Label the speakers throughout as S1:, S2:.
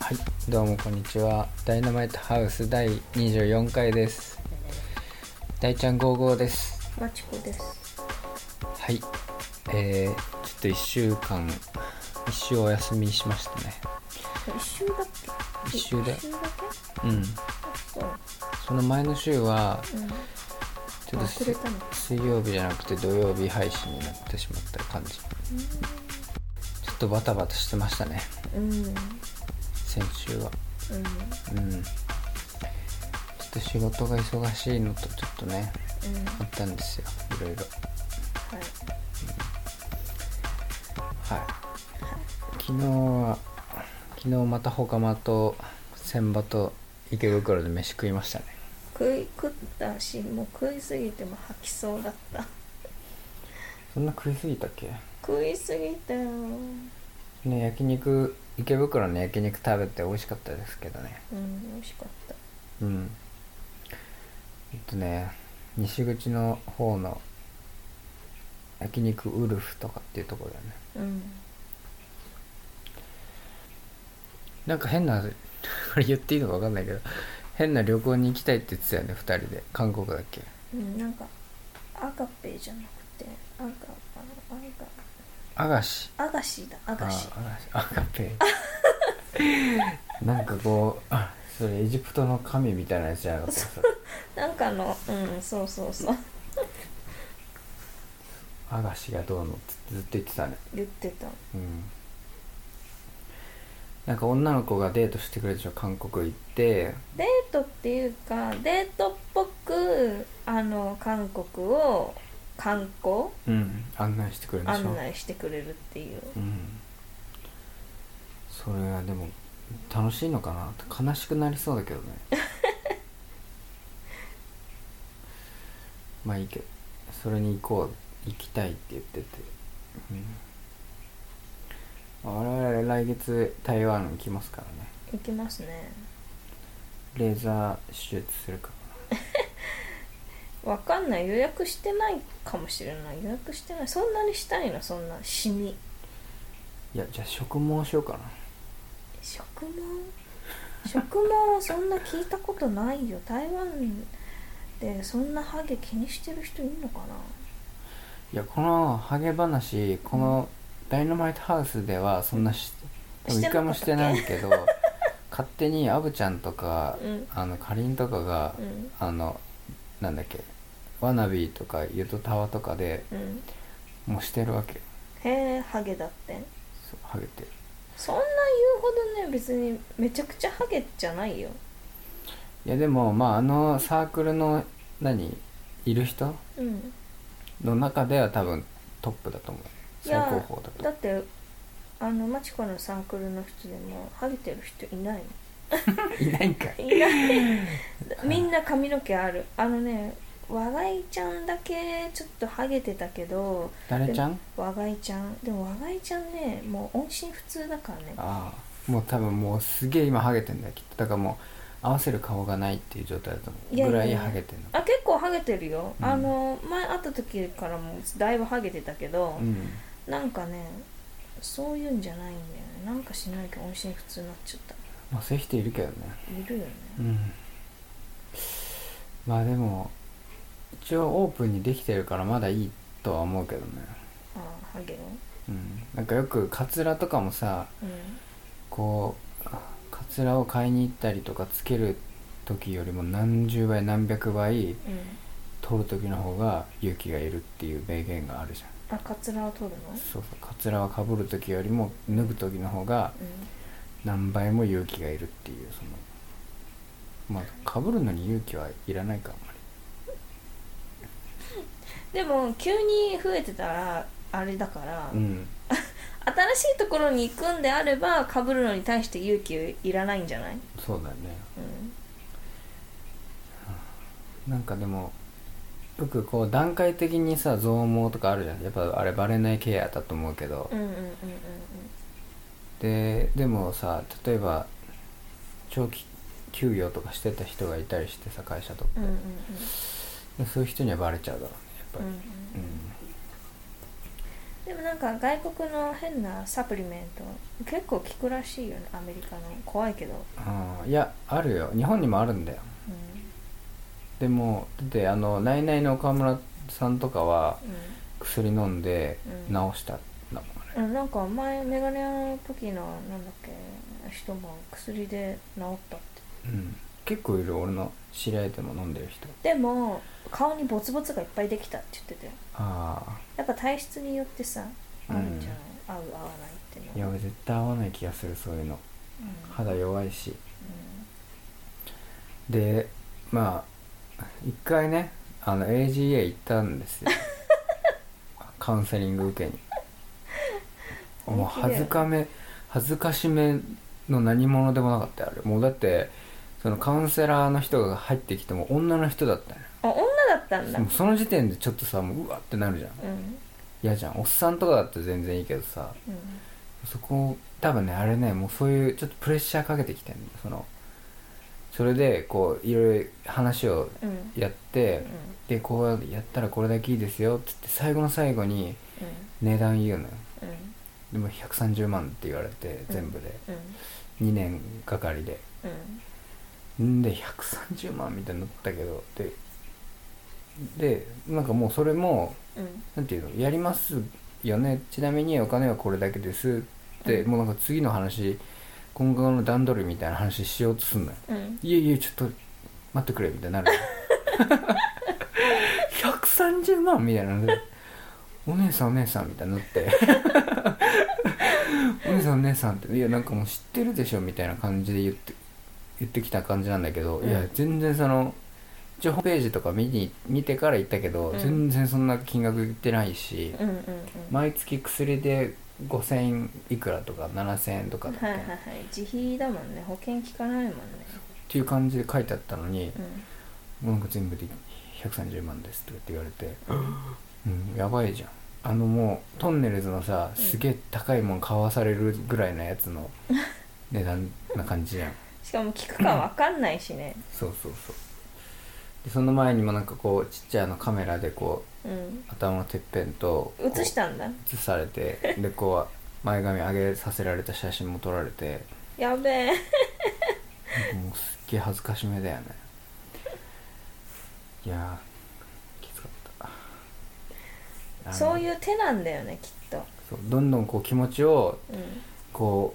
S1: はい、どうもこんにちは。ダイナマイトハウス第24回です。大ちゃん55です。
S2: マチコです。
S1: はい。えー、ちょっと1週間、1週お休みしましたね。
S2: 一周だっけ
S1: 一周で
S2: 一周だ
S1: うん。
S2: けそう。
S1: その前の週は、
S2: うん。
S1: ちょっと
S2: 忘れたの。
S1: 水曜日じゃなくて土曜日配信になってしまった感じ。ちょっとバタバタしてましたね。
S2: うん。うん。
S1: 先週は。うん。ちょっと仕事が忙しいのとちょっとね、
S2: うん。
S1: あったんですよ。いろいろ。
S2: はい。
S1: はい、昨日は昨日またほかまと千葉と池袋で飯食いましたね
S2: 食い食ったし、もう食いすぎても吐きそうだった。
S1: そんな食いすぎたっけ
S2: 食いすぎたよ。
S1: ね焼肉池袋の焼肉食べて美味しかったですけどね
S2: うん、美味しかった。
S1: うんえっとね西口の方の焼肉ウルフとかっていうところだよね
S2: うん。
S1: なんか変な これ言っていいのか分かんないけど変な旅行に行きたいって言ってたよね2人で韓国だっけ
S2: うん、なんか、アガペじゃなくて、アガ、あの、
S1: アガシ
S2: アガ、アガシだ、アガシ。
S1: あアガペ なんかこうあそれエジプトの神みたいなやつじゃなかったそれ
S2: なんかの、うん、そうそうそう。
S1: アガシがどうのってずっと言ってたね
S2: 言ってた。
S1: うんなんか女の子がデートしてくれるでしょ韓国行って
S2: デートっていうかデートっぽくあの韓国を観光
S1: うん案内してくれるでしょ
S2: 案内してくれるっていう
S1: うんそれがでも楽しいのかなって悲しくなりそうだけどねまあいいけどそれに行こう行きたいって言ってて、うん、我々来月台湾に来ますからね
S2: 行きますね
S1: レーザー手術するか
S2: わかんない予約してないかもしれない予約してないそんなにしたいのそんな死に
S1: ないやじゃあ植毛しようかな
S2: 植毛植毛そんな聞いたことないよ台湾でそんなハゲ気にしてる人いるのかない
S1: やこのハゲ話このダイナマイトハウスではそんなし、多分
S2: して
S1: 一回
S2: なかったっけ
S1: もしてないけど勝手にアブちゃんとか、
S2: うん
S1: あのかりんとかが、
S2: うん
S1: あのなんだっけワナビーとかゆとたわとかで
S2: うん
S1: もうしてるわけ
S2: へえハゲだって
S1: そうハゲて
S2: そんな言うほどね別にめちゃくちゃハゲじゃないよ
S1: いやでもまああのサークルの何いる人
S2: うん
S1: の中では多分トップだと思う
S2: い
S1: 最
S2: や
S1: 高峰だと
S2: だってあのマチコのサークルの人でもハゲてる人いない
S1: いないんかい
S2: のいないみんな髪の毛あるあのね和がいちゃんだけちょっとハゲてたけど
S1: 誰ちゃん
S2: 和がいちゃんでも和がいちゃんねもう音信不通だからね
S1: ああもう多分もうすげえ今ハゲてんだよきっとだからもう合わせる顔がないっていう状態だと思う
S2: いやい
S1: ぐ
S2: や
S1: ら
S2: い
S1: い
S2: や
S1: ハゲてんの
S2: あ結構ハゲてるよ、
S1: うん
S2: あの前会った時からもうだいぶハゲてたけど
S1: う、ん
S2: なんかねそういうんじゃないんだよねなんかしないけど音信不通になっちゃった
S1: まあそういう人いるけどね
S2: いるよね
S1: うんまあでも一応オープンにできてるからまだいいとは思うけどね
S2: ああハゲを
S1: うんなんかよくカツラとかもさ
S2: うん
S1: こうカツラを買いに行ったりとかつける時よりも何十倍何百倍
S2: うん
S1: 取る時の方が勇気がいるっていう名言があるじゃん
S2: あカツラを取るの
S1: そうそうカツラはかぶる時よりも脱ぐ時の方が
S2: う
S1: 何倍も勇気がいるっていうそのまあかぶるのに勇気はいらないかあんま
S2: ん、でも急に増えてたらあれだから、
S1: りうん
S2: 新しいところに行くんであれば被るのに対して勇気いらないんじゃない、
S1: そうだよね
S2: うん、
S1: なんかでもよくこう段階的にさ増毛とかあるじゃんやっぱあれバレないケアだと思うけど、
S2: うんうんうんうん
S1: ででもさ例えば長期休業とかしてた人がいたりしてさ会社とか
S2: うんうんうんうん
S1: でそういう人にはバレちゃうだろうねやっぱり
S2: うん、でもなんか外国の変なサプリメント結構効くらしいよねアメリカの怖いけど、
S1: うん、あいやあるよ日本にもあるんだよ
S2: う
S1: でもだってあのナイナイの岡村さんとかは
S2: ん
S1: 薬飲んで
S2: う
S1: 治
S2: ん
S1: したんだもんあれ
S2: うん、なんか前メガネ屋の時のなんだっけ人も薬で治ったって
S1: うん、結構いる俺の知り合いでも飲んでる人
S2: でも顔にボツボツがいっぱいできたって言ってたよ
S1: ああ
S2: やっぱ体質によってさあるんじゃない、合う合わないっていう
S1: い
S2: の
S1: や
S2: は
S1: 俺絶対合わない気がするそういうの肌弱いしでまあ一回ねあの AGA 行ったんです よカウンセリング受けにもう
S2: 本気で
S1: 恥ずかめ恥ずかしめの何者でもなかったよあれもうだってそのカウンセラーの人が入ってきても女の人だったね
S2: うん、あ女だったんだ、う
S1: もうその時点でちょっとさもううわってなるじゃん
S2: んうん
S1: 嫌じゃんおっさんとかだったら全然いいけどさそこ多分ねあれねもうそういうちょっとプレッシャーかけてきてんのそのそれでこういろいろ話を
S2: うんうん
S1: やってでこうやったらこれだけいいですよっつって最後の最後に値段言うのよ
S2: うん
S1: でも130万って言われて全部で
S2: うん
S1: 2年がかりで
S2: うん
S1: んで130万みたいになったけどででなんかもうそれも
S2: うん
S1: なんていうのやりますよねちなみにお金はこれだけですって、
S2: うん
S1: もうなんか次の話今後の段取りみたいな話しようとすんのよ
S2: うん
S1: いやいやちょっと待ってくれみたいになる130万みたいなのでお姉さんお姉さんみたいになってお姉さんお姉さんっていやなんかもう知ってるでしょみたいな感じで言って言ってきた感じなんだけど、
S2: うん
S1: いや全然その一応ホームページとか見に見てから行ったけど、
S2: うん
S1: 全然そんな金額言ってないし、
S2: うんうんうん
S1: 毎月薬で5000いくらとか7000円とかだった
S2: はい
S1: の
S2: はいはい自費だもんね保険効かないもん
S1: っ
S2: ね
S1: ていう感じで書いてあったのに、
S2: う
S1: なんか全部で130万ですとかって言われて、うん、やばいじゃんあのもうトンネルズのさ
S2: うん
S1: すげえ高いもん買わされるぐらいのやつ の値段な感じじゃん
S2: んしかも効くかわかんないしね
S1: そうそうそうでその前にもなんかこうちっちゃいあのカメラでこ
S2: うん
S1: う頭のてっぺんとこう
S2: 映したんだ
S1: 映されてでこう前髪上げさせられた写真も撮られて
S2: やべえ
S1: なんかもうすっげえ恥ずかしめだよねいやーきつかった
S2: そう
S1: う
S2: いう手なんだよねきっと、
S1: そうどんどんこう気持ちを
S2: うん、
S1: こ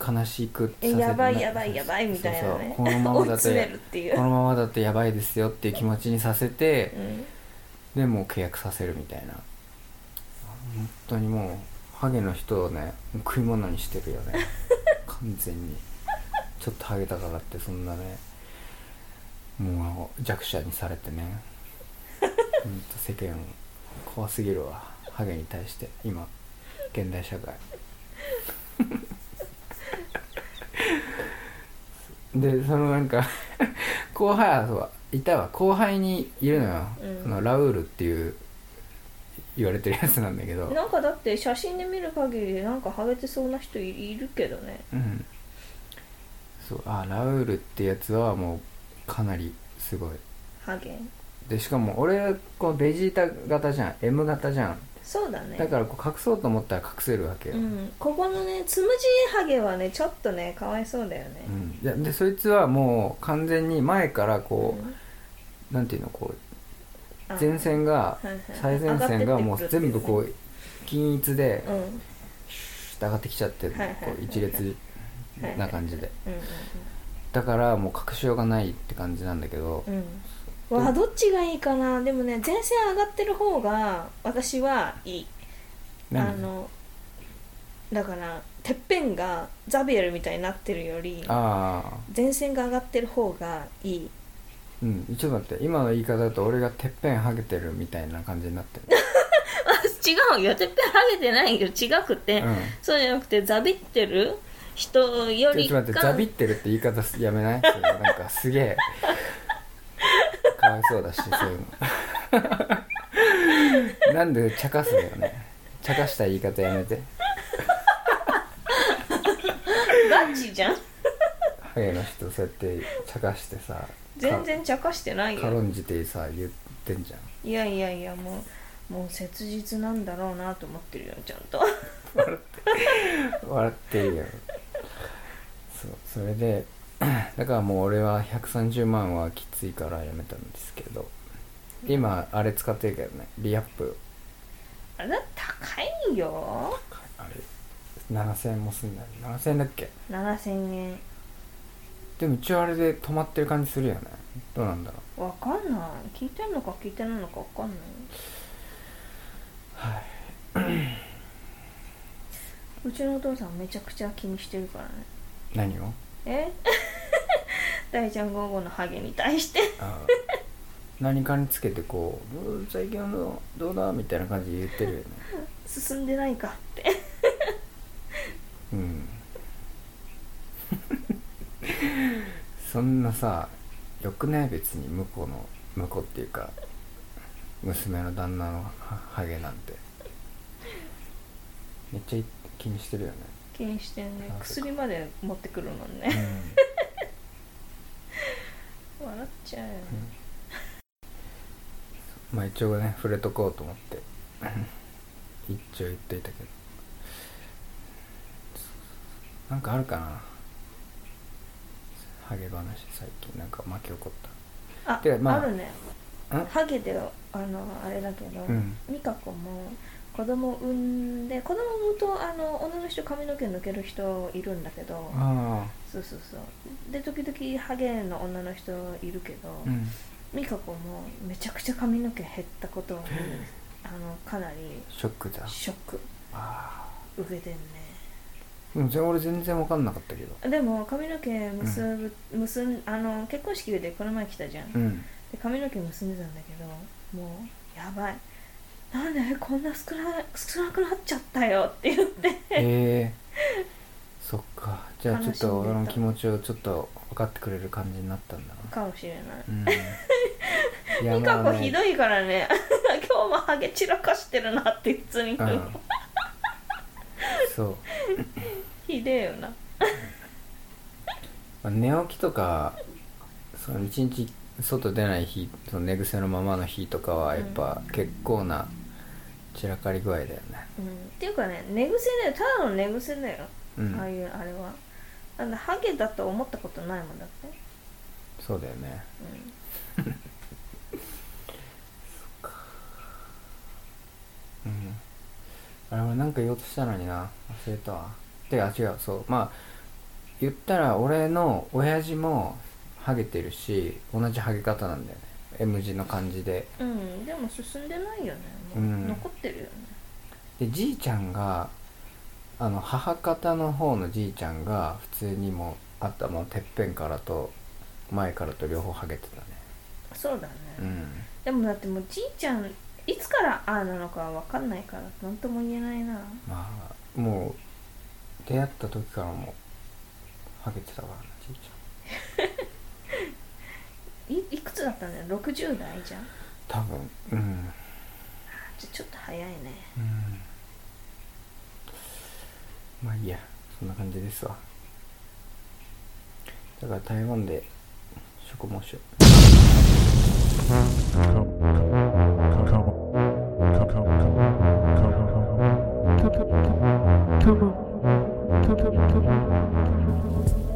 S1: う悲しくさ
S2: えやばいやばい
S1: な
S2: やばいみたいなね
S1: そうそうこのま
S2: 追
S1: ま
S2: い
S1: だと
S2: 詰めるっていう、
S1: このままだとやばいですよっていう気持ちにさせて
S2: う、ん、
S1: でもう契約させるみたいな本当にもうハゲの人をね食い物にしてるよね 完全にちょっとハゲたからってそんなねもう弱者にされてね ほんと世間怖すぎるわハゲに対して今現代社会 でそのなんか後輩はそういたわ後輩にいるのよ、
S2: うん
S1: あのラウールっていう言われてるやつなんだけど
S2: なんかだって写真で見る限りなんかハゲてそうな人いいるけどね
S1: うんそうあラウールってやつはもうかなりすごい
S2: ハゲ
S1: でしかも俺こうベジータ型じゃん M 型じゃん
S2: そうだね
S1: だからこう隠そうと思ったら隠せるわけよ、
S2: うん、ここのねつむじハゲはねちょっとねかわいそうだよね、
S1: うんででそいつはもう完全に前からこう、
S2: うん
S1: なんていうのこう
S2: あ
S1: 前線が
S2: はいはい
S1: 最前線がもう全部こ
S2: 上がって
S1: う均一で
S2: ってくるっていうねうん
S1: シュッと上がってきちゃってる
S2: はいはい
S1: こう一列な感じで
S2: うん
S1: だからもう隠しようがないって感じなんだけど
S2: うんうんわあどっちがいいかなでもね前線上がってる方が私はいいあ
S1: なんで
S2: のだからてっぺんがザビエルみたいになってるより
S1: ああ
S2: 前線が上がってる方がいい
S1: うんちょっと待って今の言い方だと俺がてっぺんハゲてるみたいな感じになって
S2: 違うよてっぺんハゲてないよ違くて、
S1: る、うん
S2: そうじゃなくてザビってる人より
S1: ちょっと待ってザビってるって言い方すやめないそれなんかすげえかわいそう だしそういうのなんで茶化すのよね茶化した言い方やめて
S2: ガチじゃん
S1: ハゲの人そうやって茶化してさ
S2: 全然茶化してない
S1: 軽
S2: よ
S1: んじてさ言ってんじゃん
S2: いやいやいやもうもう切実なんだろうなと思ってるよちゃんと
S1: 笑っていいよそうそれで だからもう俺は130万はきついからやめたんですけど今あれ使ってるけどねリアップ
S2: あれだって高いよ
S1: あれ7000円もすんだよ7000円だっけ
S2: 7000円
S1: でも一応あれで止まってる感じするよねどうなんだろう
S2: わかんない聞いてんのか聞いてないのかわかんない
S1: はいう
S2: ちのお父さんめちゃくちゃ気にしてるからね
S1: 何を
S2: え 大ちゃん午後のハゲに対して
S1: あー何かにつけてこううん「最近はどうどうだ?」みたいな感じで言ってるよね
S2: 進んでないかって
S1: うんそんなさよくね別に向こうの向こうっていうか娘の旦那のハハゲなんてめっちゃい気にしてるよね
S2: 気にしてんね
S1: あそうか
S2: 薬まで持ってくるの
S1: う
S2: ね
S1: ん
S2: 笑っちゃうよ、
S1: まあ一応ね触れとこうと思って一応言っといたけどなんかあるかなハゲ話最近なんか巻き起こっ
S2: あ
S1: てかまあ
S2: あるね
S1: ん
S2: ハゲであのあれだけど、
S1: うん
S2: 美香子も子供産んで子供産むとあの女の人髪の毛抜ける人いるんだけど
S1: たああ
S2: そうそうそうで時々ハゲの女の人いるけど、
S1: うん
S2: 美香子もめちゃくちゃ髪の毛減ったことにあのかなり
S1: ショックだ
S2: ショック
S1: あ
S2: 受けてんね
S1: あでも全俺全然分かんなかったけど
S2: でも髪の毛結ぶ、結んあの結婚式でこの前来たじゃん、
S1: う
S2: で
S1: ん
S2: 髪の毛結んでたんだけどもうやばいなんでこんな少な少なくなっちゃったよって言って
S1: へえそっかじゃあちょっ
S2: 楽しんでた
S1: と俺の気持ちをちょっと分かってくれる感じになったんだな
S2: かもしれない
S1: うんい
S2: 美香子ひ
S1: い
S2: どいからね 今日もハゲ散らかしてるなって普通に言う、
S1: うんそう
S2: ひでえよな
S1: まあ寝起きとかその一日外出ない日その寝癖のままの日とかはやっぱ結構な散らかり具合だよね
S2: うん、っていうかね寝癖だよただの寝癖だよ、
S1: うん、
S2: ああいうあれはなんだハゲだと思ったことないもんだって、
S1: そうだよね
S2: うん、
S1: うんあれ俺なんか言おうとしたのにな忘れたわてか違うそうまあ言ったら俺の親父もハゲてるし同じハゲ方なんだよね M 字の感じで
S2: うん、でも進んでないよねもう
S1: うん
S2: 残ってるよね
S1: でじいちゃんがあの母方の方のじいちゃんが普通にもう頭のてっぺんからと前からと両方ハゲてたね
S2: そうだね、
S1: うん
S2: でもだってもうじいちゃんいつからああなのかわかんないから何とも言えないな
S1: まあもう出会った時からもうハゲてたからなじいちゃん
S2: いいくつだったんだよ60代じゃんあ
S1: 多分うん
S2: じゃちょっと早いね
S1: うんまあいいやそんな感じですわだから台湾で食毛しよう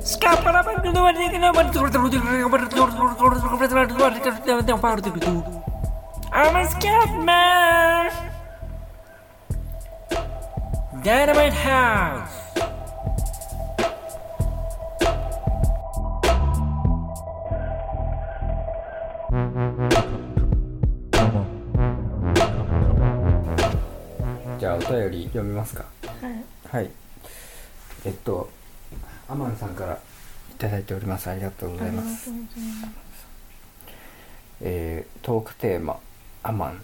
S3: Skapar apa yang kedua dia kena buat terus terus terus terus terus terus terus terus terus terus terus yang baru tu gitu. I'm a Scatman. Dynamite House.
S4: Come on.
S1: じゃあお便り読みますか
S2: はい
S1: はい。えっと、アマンさんからいただいております。ありがとうございます。えートークテーマ、アマン。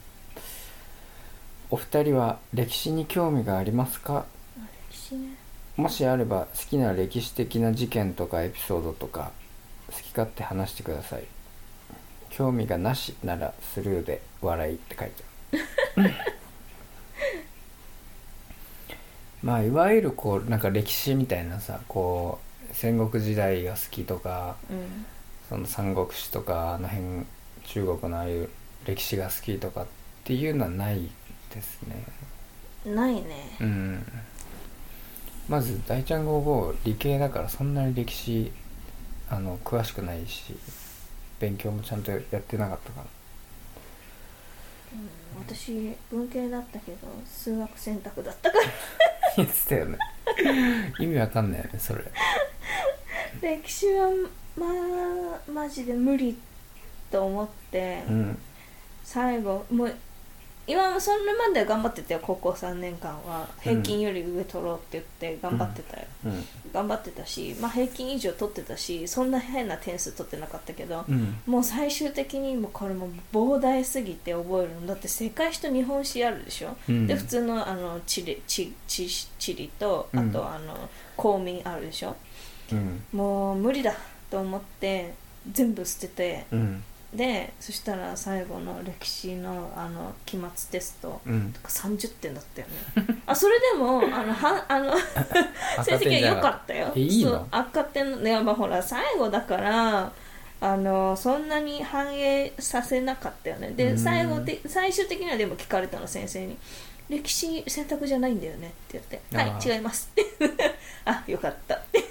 S1: お二人は歴史に興味がありますか
S2: あ歴史ね
S1: もしあれば好きな歴史的な事件とかエピソードとか好き勝手話してください。興味がなしならスルーで笑いって書いてある。まあいわゆるこうなんか歴史みたいなさこう戦国時代が好きとか
S2: うん
S1: そその三国志とかあの辺中国のああいう歴史が好きとかっていうのはないですね
S2: ないね
S1: うんまず大ちゃん55理系だからそんなに歴史あの詳しくないし勉強もちゃんとやってなかったから
S2: うん私文系だったけど数学選択だったから
S1: 言ってたよね意味わかんないよねそれ
S2: 歴史はまマジで無理と思って、
S1: うん
S2: 最後もう今もそれまで頑張ってたよ高校3年間は平均より上取ろうって言って頑張ってたよ、
S1: うん
S2: 頑張ってたし、まあ、平均以上取ってたしそんな変な点数取ってなかったけど、
S1: うん
S2: もう最終的にもうこれも膨大すぎて覚えるのだって世界史と日本史あるでしょ、
S1: うん
S2: で普通のあの地理地地地理とあ
S1: うん
S2: とあの公民あるでしょ、
S1: うん
S2: もう無理だと思って全部捨てて
S1: うん
S2: でそしたら最後の歴史のあの期末テスト
S1: うん
S2: 30点だったよ ねあそれでもあのはあの成績は良かったよ
S1: 赤点じゃなかったえいいの
S2: そう赤点いやまあほら最後だからあのそんなに反映させなかったよね
S1: う
S2: で
S1: ん
S2: 最後で最終的にはでも聞かれたの先生に「歴史選択じゃないんだよね」って
S1: あ
S2: 言って「は
S1: ー
S2: い違います」って あよかったって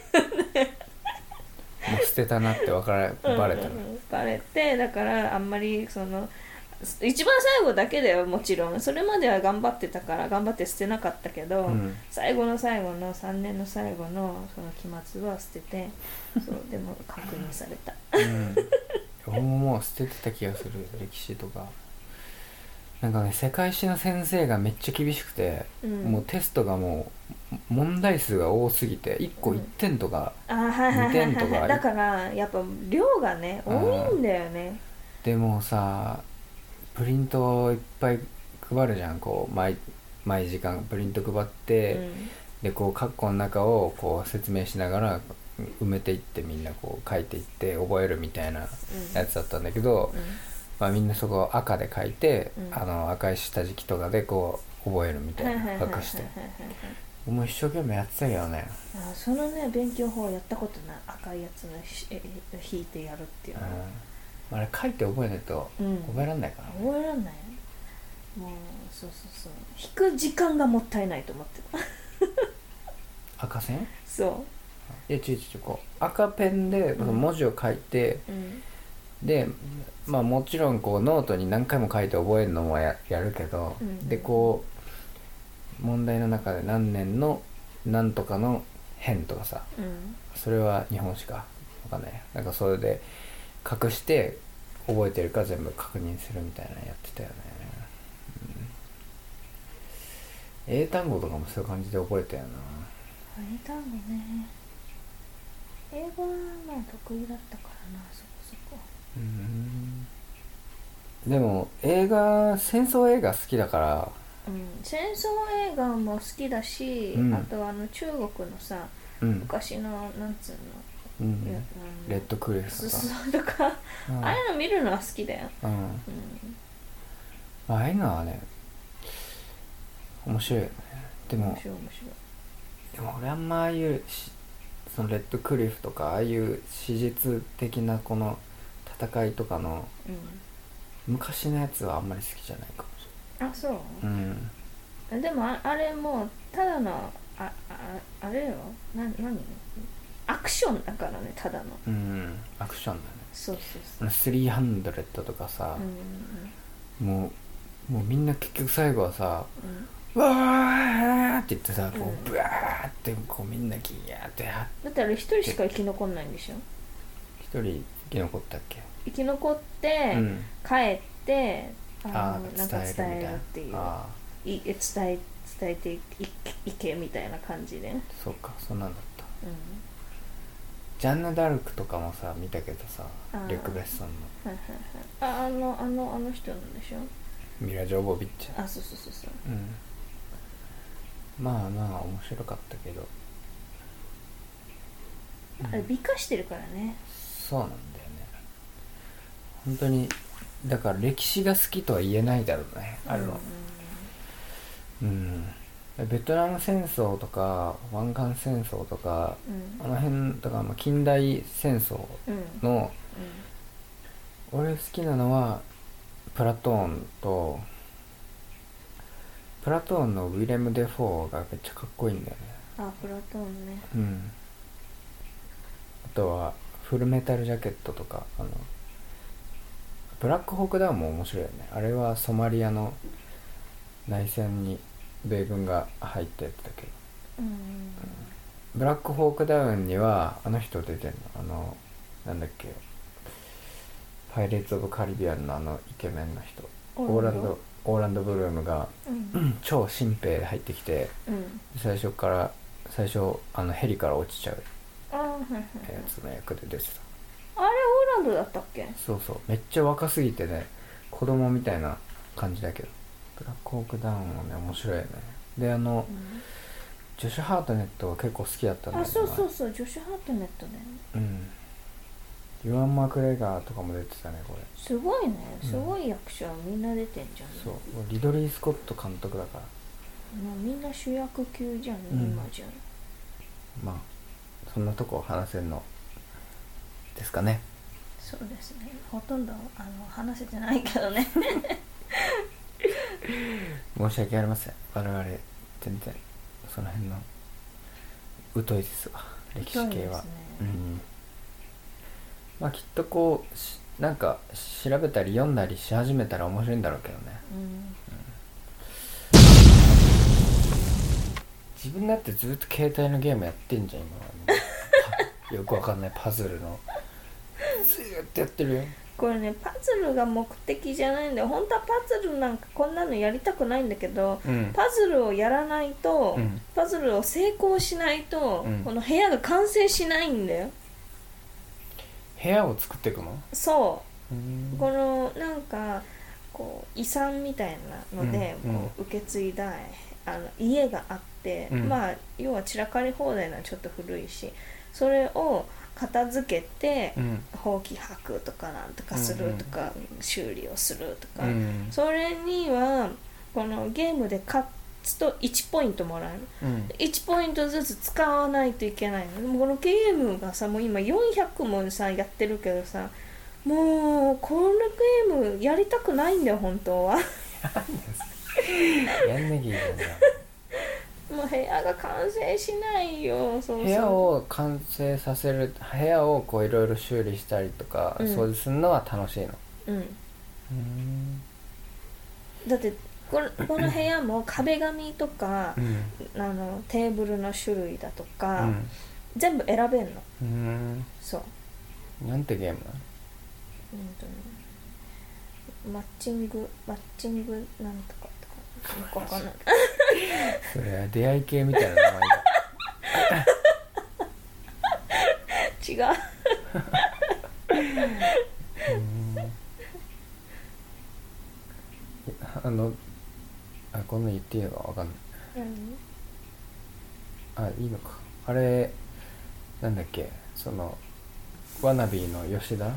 S1: もう捨てたなって分からバレた
S2: う
S1: の
S2: んうんうんバレてだからあんまりその一番最後だけだよもちろんそれまでは頑張ってたから頑張って捨てなかったけど、
S1: うん
S2: 最後の最後の3年の最後のその期末は捨ててそうでも確認された
S1: うん俺ももう捨ててた気がする歴史とかなんかね世界史の先生がめっちゃ厳しくて、
S2: うん
S1: もうテストがもう問題数が多すぎて1個1点とか、
S2: あーはいはいはい
S1: 二点と
S2: はいは
S1: か
S2: いだからやっぱ量がね多いんだよね
S1: でもさプリントをいっぱい配るじゃんこう毎毎時間プリント配っ
S2: う
S1: て、
S2: ん
S1: でこうカッコの中をこう説明しながら埋めていってみんなこう書いていって覚えるみたいなやつだったんだけど、まあ、みんなそこを赤で書いて、
S2: うん
S1: あの赤い下敷きとかでこう覚えるみ
S2: うん
S1: た
S2: はいいはいはいはい
S1: な
S2: はいはい
S1: 隠してもう一生懸命やってたけどね
S2: あーそのね勉強法やったことない赤いやつのひえ引いてやるっていうのは
S1: うん、あれ書いて覚えないと
S2: うん
S1: 覚えられないからね、
S2: 覚えらんないもうそうそうそう引く時間がもったいないと思ってた
S1: 赤線
S2: そ
S1: いや違う違う違うこう赤ペンで
S2: う
S1: そ
S2: ん
S1: の文字を書いて、
S2: う、うん、
S1: でまあもちろんこうノートに何回も書いて覚えるのもややるけど、
S2: うん
S1: でこう問題の中で何年の何とかの変とかさ
S2: うん
S1: それは日本史かわかんないなんかそれで隠して覚えてるか全部確認するみたいなのやってたよね、うん、英単語とかもそういう感じで覚えたよな
S2: 英単語ね英語はまあ得意だったからなそこそこ
S1: うんでも映画戦争映画好きだから
S2: うん戦争映画も好きだし、
S1: うん
S2: あとあの中国のさ
S1: うん、
S2: 昔のなんつう
S1: う
S2: の、いや
S1: ん、
S2: うん
S1: レッドクリ
S2: そう
S1: フとか、
S2: そうとか、
S1: うん
S2: ああいうの見るのは好きだよ、
S1: うん、
S2: うん、
S1: ああいうのはね面白いよねでも
S2: 面白い面白い
S1: でも俺あんまああいうしそのレッドクリフとかああいう史実的なこの戦いとかの
S2: う
S1: 昔のやつはあんまり好きじゃないかもし
S2: んあそう、
S1: れないうん
S2: でもああれもうただのあああれよな何アクションだからねただの
S1: うんアクションだね
S2: そうそう
S1: あ
S2: そう
S1: の300とかさ
S2: うん、
S1: もうもうみんな結局最後はさ
S2: うんうん
S1: 「わー!」って言ってさこ
S2: うん
S1: うブワーってこうみんなギヤーってやっ
S2: だってあれ一人しか生き残んないんでしょ
S1: 一人生き残ったっけ
S2: 生き残って、
S1: うん
S2: 帰ってあ
S1: あ
S2: の
S1: ー
S2: なんか伝
S1: 伝えるみ
S2: え
S1: たい
S2: るっ
S1: な
S2: ていう
S1: あ
S2: い伝え伝えていいいけみたいな感じで、うん、
S1: ーそうかそんなんだったジャンヌ・ダルクとかもさ見たけどさ
S2: あー
S1: リュック・ベッソンの
S2: はいはいはいああのあのあの人なんでしょ
S1: ミラ・ジョボビッチ
S2: あそうそうそうそう
S1: うんまあまあ面白かったけど
S2: あれ美化してるからね
S1: そうなんだよね本当にだから歴史が好きとは言えないだろうねあれはうん、ベトナム戦争とか湾岸戦争とか
S2: うん
S1: あの辺とか、まあ、近代戦争
S2: うんうん
S1: の俺好きなのはプラトーンとプラトーンのウィレム・デ・フォーがめっちゃかっこいいんだよね
S2: あプラトーンね
S1: うんあとはフルメタルジャケットとかあのブラックホークダウンも面白いよねあれはソマリアの内戦に米軍が入ったやつだけど
S2: うん
S1: ブラックホークダウンにはあの人出てんのあのなんだっけパイレーツ・オブ・カリビアンのあのイケメンの人オーランドオーランド・ブルームが
S2: うん
S1: 超新兵入ってきて
S2: うん
S1: 最初から最初あのヘリから落ちちゃう
S2: あはいはいはい
S1: やつの役で出てた
S2: あれオーランドだったっけ
S1: そうそうめっちゃ若すぎてね子供みたいな感じだけどブラックホークダウンはね面白いよねであのジョシュ・ハートネットが結構好きだったんだ
S2: あ
S1: よ
S2: そう
S1: 前
S2: そうそうジョシュ・ハートネットだよね
S1: うんユアン・マクレガーとかも出てたねこれ
S2: すごいね
S1: うん
S2: すごい役者はみんな出てんじゃん、
S1: そうリドリー・スコット監督だから
S2: もうみんな主役級じゃん、
S1: うん
S2: 今じゃん
S1: まあそんなとこを話せるのですかね
S2: そうですねほとんどあの話せてないけどね
S1: 申し訳ありません我々全然その辺の疎いですわ 歴史
S2: そう
S1: 系
S2: で
S1: は
S2: すね
S1: うんまあきっとこうしなんか調べたり読んだりし始めたら面白いんだろうけどね
S2: うん
S1: 自分だってずっと携帯のゲームやってんじゃん今は パよくわかんないパズルのずーっとやってるよ
S2: これねパズルが目的じゃないんだよ本当はパズルなんかこんなのやりたくないんだけど
S1: うん
S2: パズルをやらないと、
S1: うん
S2: パズルを成功しないと、
S1: うん
S2: この部屋が完成しないんだよ
S1: 部屋を作っていくの
S2: そううこのなんかこう遺産みたいなので、
S1: うん
S2: こう受け継いだあの家があって、
S1: うん
S2: まあ要は散らかり放題なのちょっと古いしそれを片付けて、
S1: うん
S2: ほうき履くとかなんとかするとか、修理をするとか、
S1: うん
S2: それにはこのゲームで勝つと1ポイントもらえる
S1: うん
S2: 1ポイントずつ使わないといけないのでもこのゲームがさもう今400もさやってるけどさもうこのゲームやりたくないんだよ本当は
S1: やんなきゃいけないじゃん
S2: もう部屋が完成しないよそうそう
S1: 部屋を完成させる部屋をこういろいろ修理したりとか、
S2: うん
S1: 掃除するのは楽しいの
S2: うん
S1: うん
S2: だってこれこの部屋も壁紙とか
S1: うん
S2: あのテーブルの種類だとか、全部選べんの
S1: うん
S2: そう
S1: なんてゲーム
S2: うんとねマッチングマッチングなんとかとかよくわかんない
S1: それは出会い系みたいな名前だ
S2: 違う
S1: あのあこんなん言っていいのかわかんない
S2: うん
S1: あいいのかあれなんだっけそのワナビーの吉田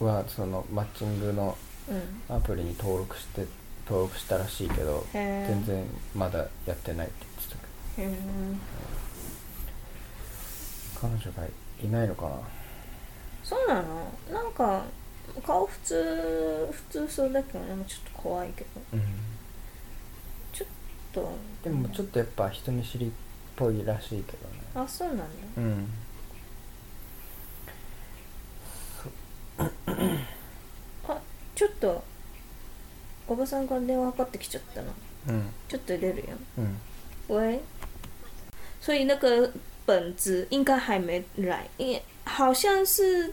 S2: う
S1: はそのマッチングの
S2: んうん
S1: アプリに登録して登録したらしいけど
S2: へー
S1: 全然まだやってないって言ってたけど
S2: うん
S1: 彼女がいないのかな
S2: そうなのなんか顔普通普通そうだけどねもうちょっと怖いけどちょっ
S1: でもちょっとやっぱ人見知りっぽいらしいけどね
S2: とあそうなんだ
S1: うん
S2: ちょっとおばさんから電話かかってきちゃったな
S1: うん
S2: ちょっと出るよ
S1: うん
S2: 喂所以那个本子应该还没来因好像是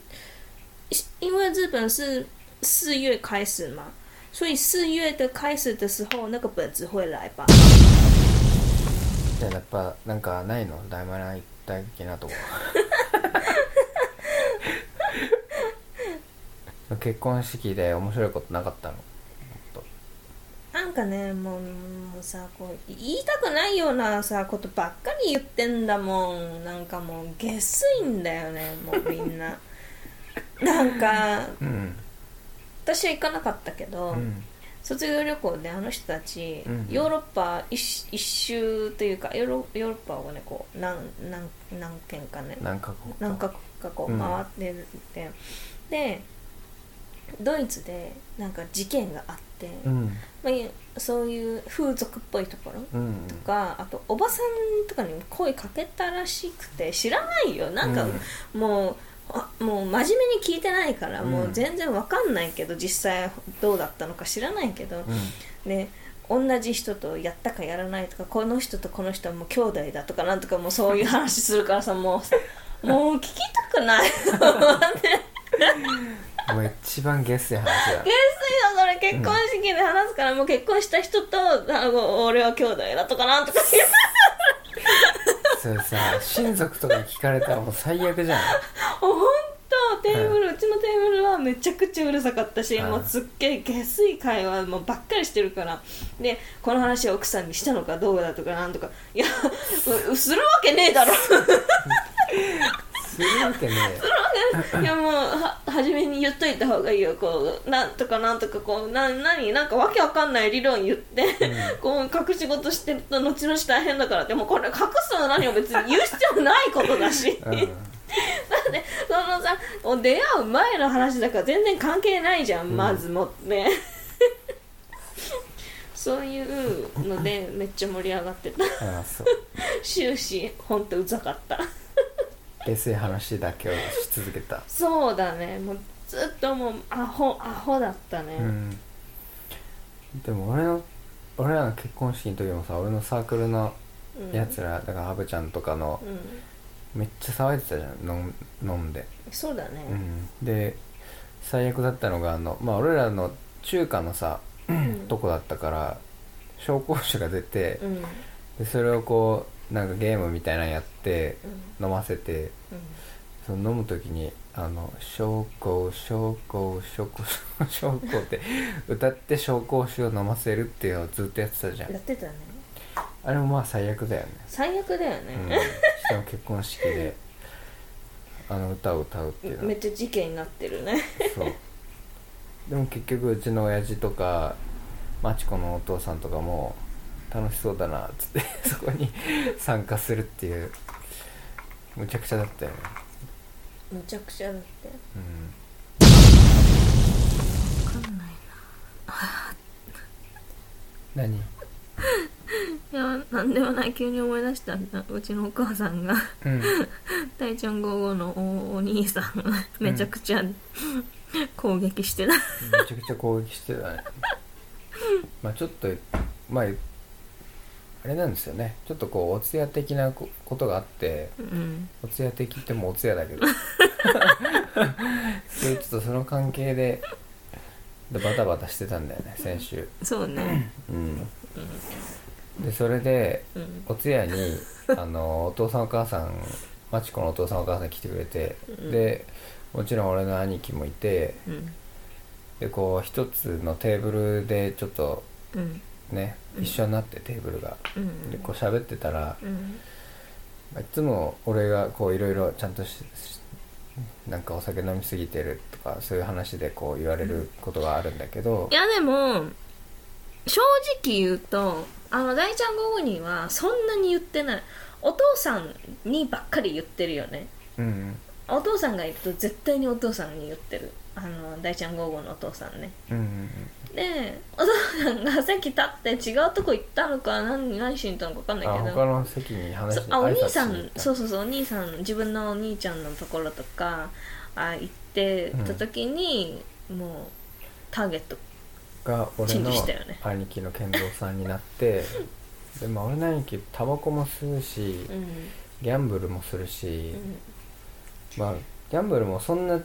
S2: 因为日本是四月开始嘛所以四月的开始的时候那个本子会来吧
S1: じゃあやっぱなんかないの大丸ない大きなとこ 結婚式で面白いことなかったのもっ
S2: なんかねもうもうさこう言いたくないようなさことばっかり言ってんだもんなんかもう下水んだよねもうみ んななんか
S1: とうん
S2: 私は行かなかったけど、
S1: うん
S2: 卒業旅行であの人たち、
S1: うん
S2: ヨーロッパ一周一周というかヨーロヨーロッパをねこう何何何軒かね
S1: 何か国か
S2: 何カ国かこう
S1: うん
S2: 回ってて、でドイツでなんか事件があって、
S1: うん
S2: まあ、そういう風俗っぽいところ
S1: うん
S2: とかあとおばさんとかにも声かけたらしくて知らないよなんかもう、あもう真面目に聞いてないから、
S1: うん
S2: もう全然わかんないけど実際どうだったのか知らないけど、
S1: うん
S2: ね同じ人とやったかやらないとかこの人とこの人はもう兄弟だとかなんとかもうそういう話するからさも うもう聞きたくない
S1: もう一番ゲスい話だ
S2: ゲスよそれ結婚式で話すから、もう結婚した人とあお俺は兄弟だとかなんとか言う
S1: それさ親族とかに聞かれたらもう最悪じ ゃん
S2: もう ほんとテーブル、うちのテーブルはめちゃくちゃうるさかったし、
S1: うん
S2: もうすっげえ下水会話もうばっかりしてるからでこの話を奥さんにしたのかどうだとかなんとかいやするわけねえだろ
S1: するわけねえよ
S2: いやもうは初めに言っといた方がいいよこうなんとかなんとかこうな何なんかわけわかんない理論言って、こう隠し事してると後々大変だからでもこれ隠すの何も別に言う必要ないことだし、
S1: うん
S2: だってそのさお出会う前の話だから全然関係ないじゃん、
S1: ん
S2: まずもって。そういうのでめっちゃ盛り上がってた
S1: あそう
S2: 終始ほんとうざかった
S1: 下水話だけをし続けた
S2: そうだねもうずっともうアホアホだったね、
S1: うんでも俺の俺らの結婚式の時もさ俺のサークルの
S2: うん
S1: やつら、だからハブちゃんとかの
S2: うん、
S1: めっちゃ騒いでたじゃん飲ん飲んで、
S2: そうだ
S1: う
S2: ね、
S1: ん、で最悪だったのがあのまあ俺らの中華のさ
S2: うん
S1: とこだったから紹興酒が出て
S2: うんうん
S1: でそれをこうなんかゲームみたいなのやって飲ませてその飲む時に「あの紹興紹興紹興紹興」って歌って紹興酒を飲ませるっていうのをずっとやってたじゃ
S2: うんや
S1: ん
S2: ってたね
S1: あれもまあ最悪だよね、
S2: 最悪だよ
S1: うん、
S2: ね、
S1: しかも結婚式であの歌を歌うっていうの
S2: めっちゃ事件になってるね
S1: そうでも結局うちの親父とかマチコのお父さんとかも楽しそうだなっつってそこに参加するっていうむちゃくちゃだったよね
S2: むちゃくちゃだって
S1: うん
S2: 分かんない
S1: 何
S2: いやなんでもない急に思い出したんだうちのお母さんが
S1: うん
S2: 「大ちゃん55」のおお兄さんが めちゃくちゃ、攻撃してた
S1: めちゃくちゃ攻撃してたね まあちょっとまああれなんですよねちょっとこうお通夜的なこことがあって
S2: うん
S1: お通夜的ってもうお通夜だ けどそれちょっとその関係ででバタバタしてたんだよね先週
S2: そうね
S1: うんでそれで
S2: うん
S1: お通夜に あのお父さんお母さんマチコのお父さんお母さん来てくれて、
S2: うん
S1: でもちろん俺の兄貴もいて
S2: うん
S1: でこう一つのテーブルでちょっと
S2: うん
S1: ね一緒になってテーブルが、
S2: うん
S1: でこう喋ってたら、
S2: うん
S1: まあいつも俺がこういろいろちゃんとししなんかお酒飲みすぎてるとかそういう話でこう言われることがあるんだけど
S2: い、やでも正直言うとあの大ちゃん午後にはそんなに言ってないお父さんにばっかり言ってるよね
S1: うん
S2: お父さんがいると絶対にお父さんに言ってるあの大ちゃん午後のお父さんね
S1: うんうん
S2: でお父さんが席立って違うとこ行ったのか何何しに行ったのか分かん
S1: あ
S2: ないけ
S1: 他
S2: ど
S1: の席に話
S2: そ
S1: し
S2: う
S1: て
S2: あお兄さ
S1: 挨拶しに行
S2: ん
S1: った
S2: そうそうそうお兄さん自分のお兄ちゃんのところとかあ行ってた時に、もうターゲット
S1: が俺の
S2: チェンジしたよね
S1: 兄貴の健三さんになってでも俺の兄貴タバコも吸うし
S2: うん
S1: ギャンブルもするし、
S2: うん
S1: まあギャンブルもそんな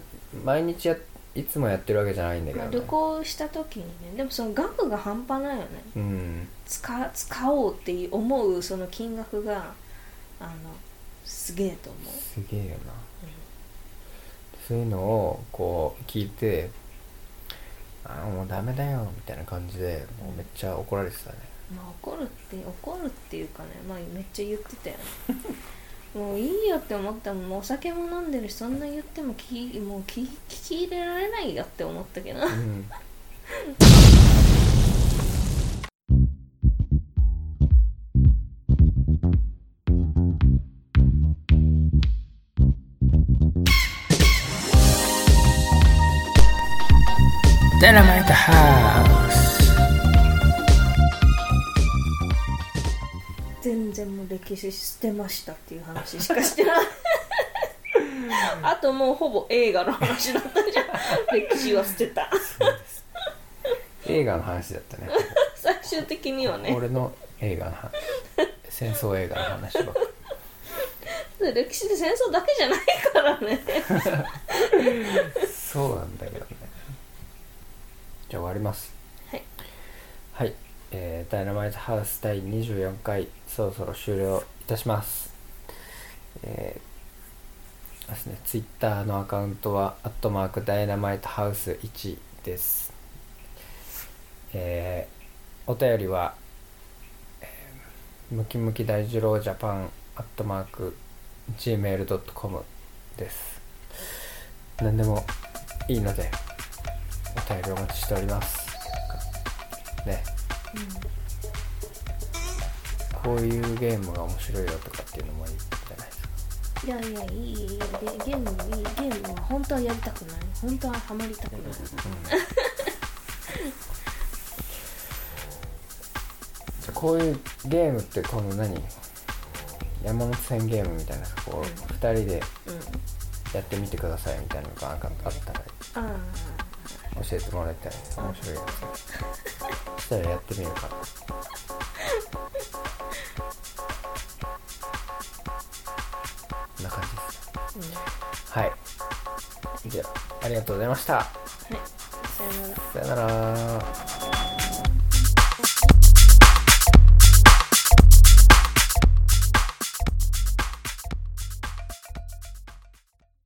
S1: 毎日やいつもやってるわけじゃないんだけ
S2: ま
S1: ど、
S2: あ、
S1: ね、
S2: 旅行した時にねでもその額が半端ないよね
S1: うん
S2: 使使おうっていう思うその金額があのすげえと思
S1: すげえよな、そういうのをこう聞いてああもうダメだよみたいな感じでもうめっちゃ怒られてたね
S2: う、まあ、怒るって怒るっていうかね、まあ、めっちゃ言っ てたよねもういいよって思ったもんもうお酒も飲んでるしそんな言っても聞きもう聞き聞き入れられないよって思ったけど
S1: うん
S3: at the house.
S2: 全然もう歴史捨てましたっていう話しかしてない あともうほぼ映画の話だったじゃん歴史は捨てた
S1: 映画の話だったね
S2: 最終的にはね
S1: 俺の映画の話戦争映画の話ばっか
S2: 歴史で戦争だけじゃないからね
S1: そうなんだけどねじゃあ終わります
S2: はい、
S1: はいえーダイナマイトハウス第24回そろそろ終了いたしますえーそうですねツイッターのアカウントはアットマークダイナマイトハウス1ですえーお便りは、えームキムキ大二郎ジャパンアットマーク gmail.com です何でもいいのでお便りお待ちしておりますね、こういうゲームが面白いよとかっていうのもいいじゃないですか
S2: いやいやいいいいいいでゲームいいゲームは本当はやりたくない本当はハマりたくない
S1: じゃあこういうゲームってこの何山手線ゲームみたいなさこう2人で
S2: うん
S1: やってみてくださいみたいなのがなんかあったら
S2: ああ
S1: 教えてもらいたい面白いやつしたらやってみようかなこんな感じですはいじゃあありがとうございました
S2: はいさよなら
S1: さよなら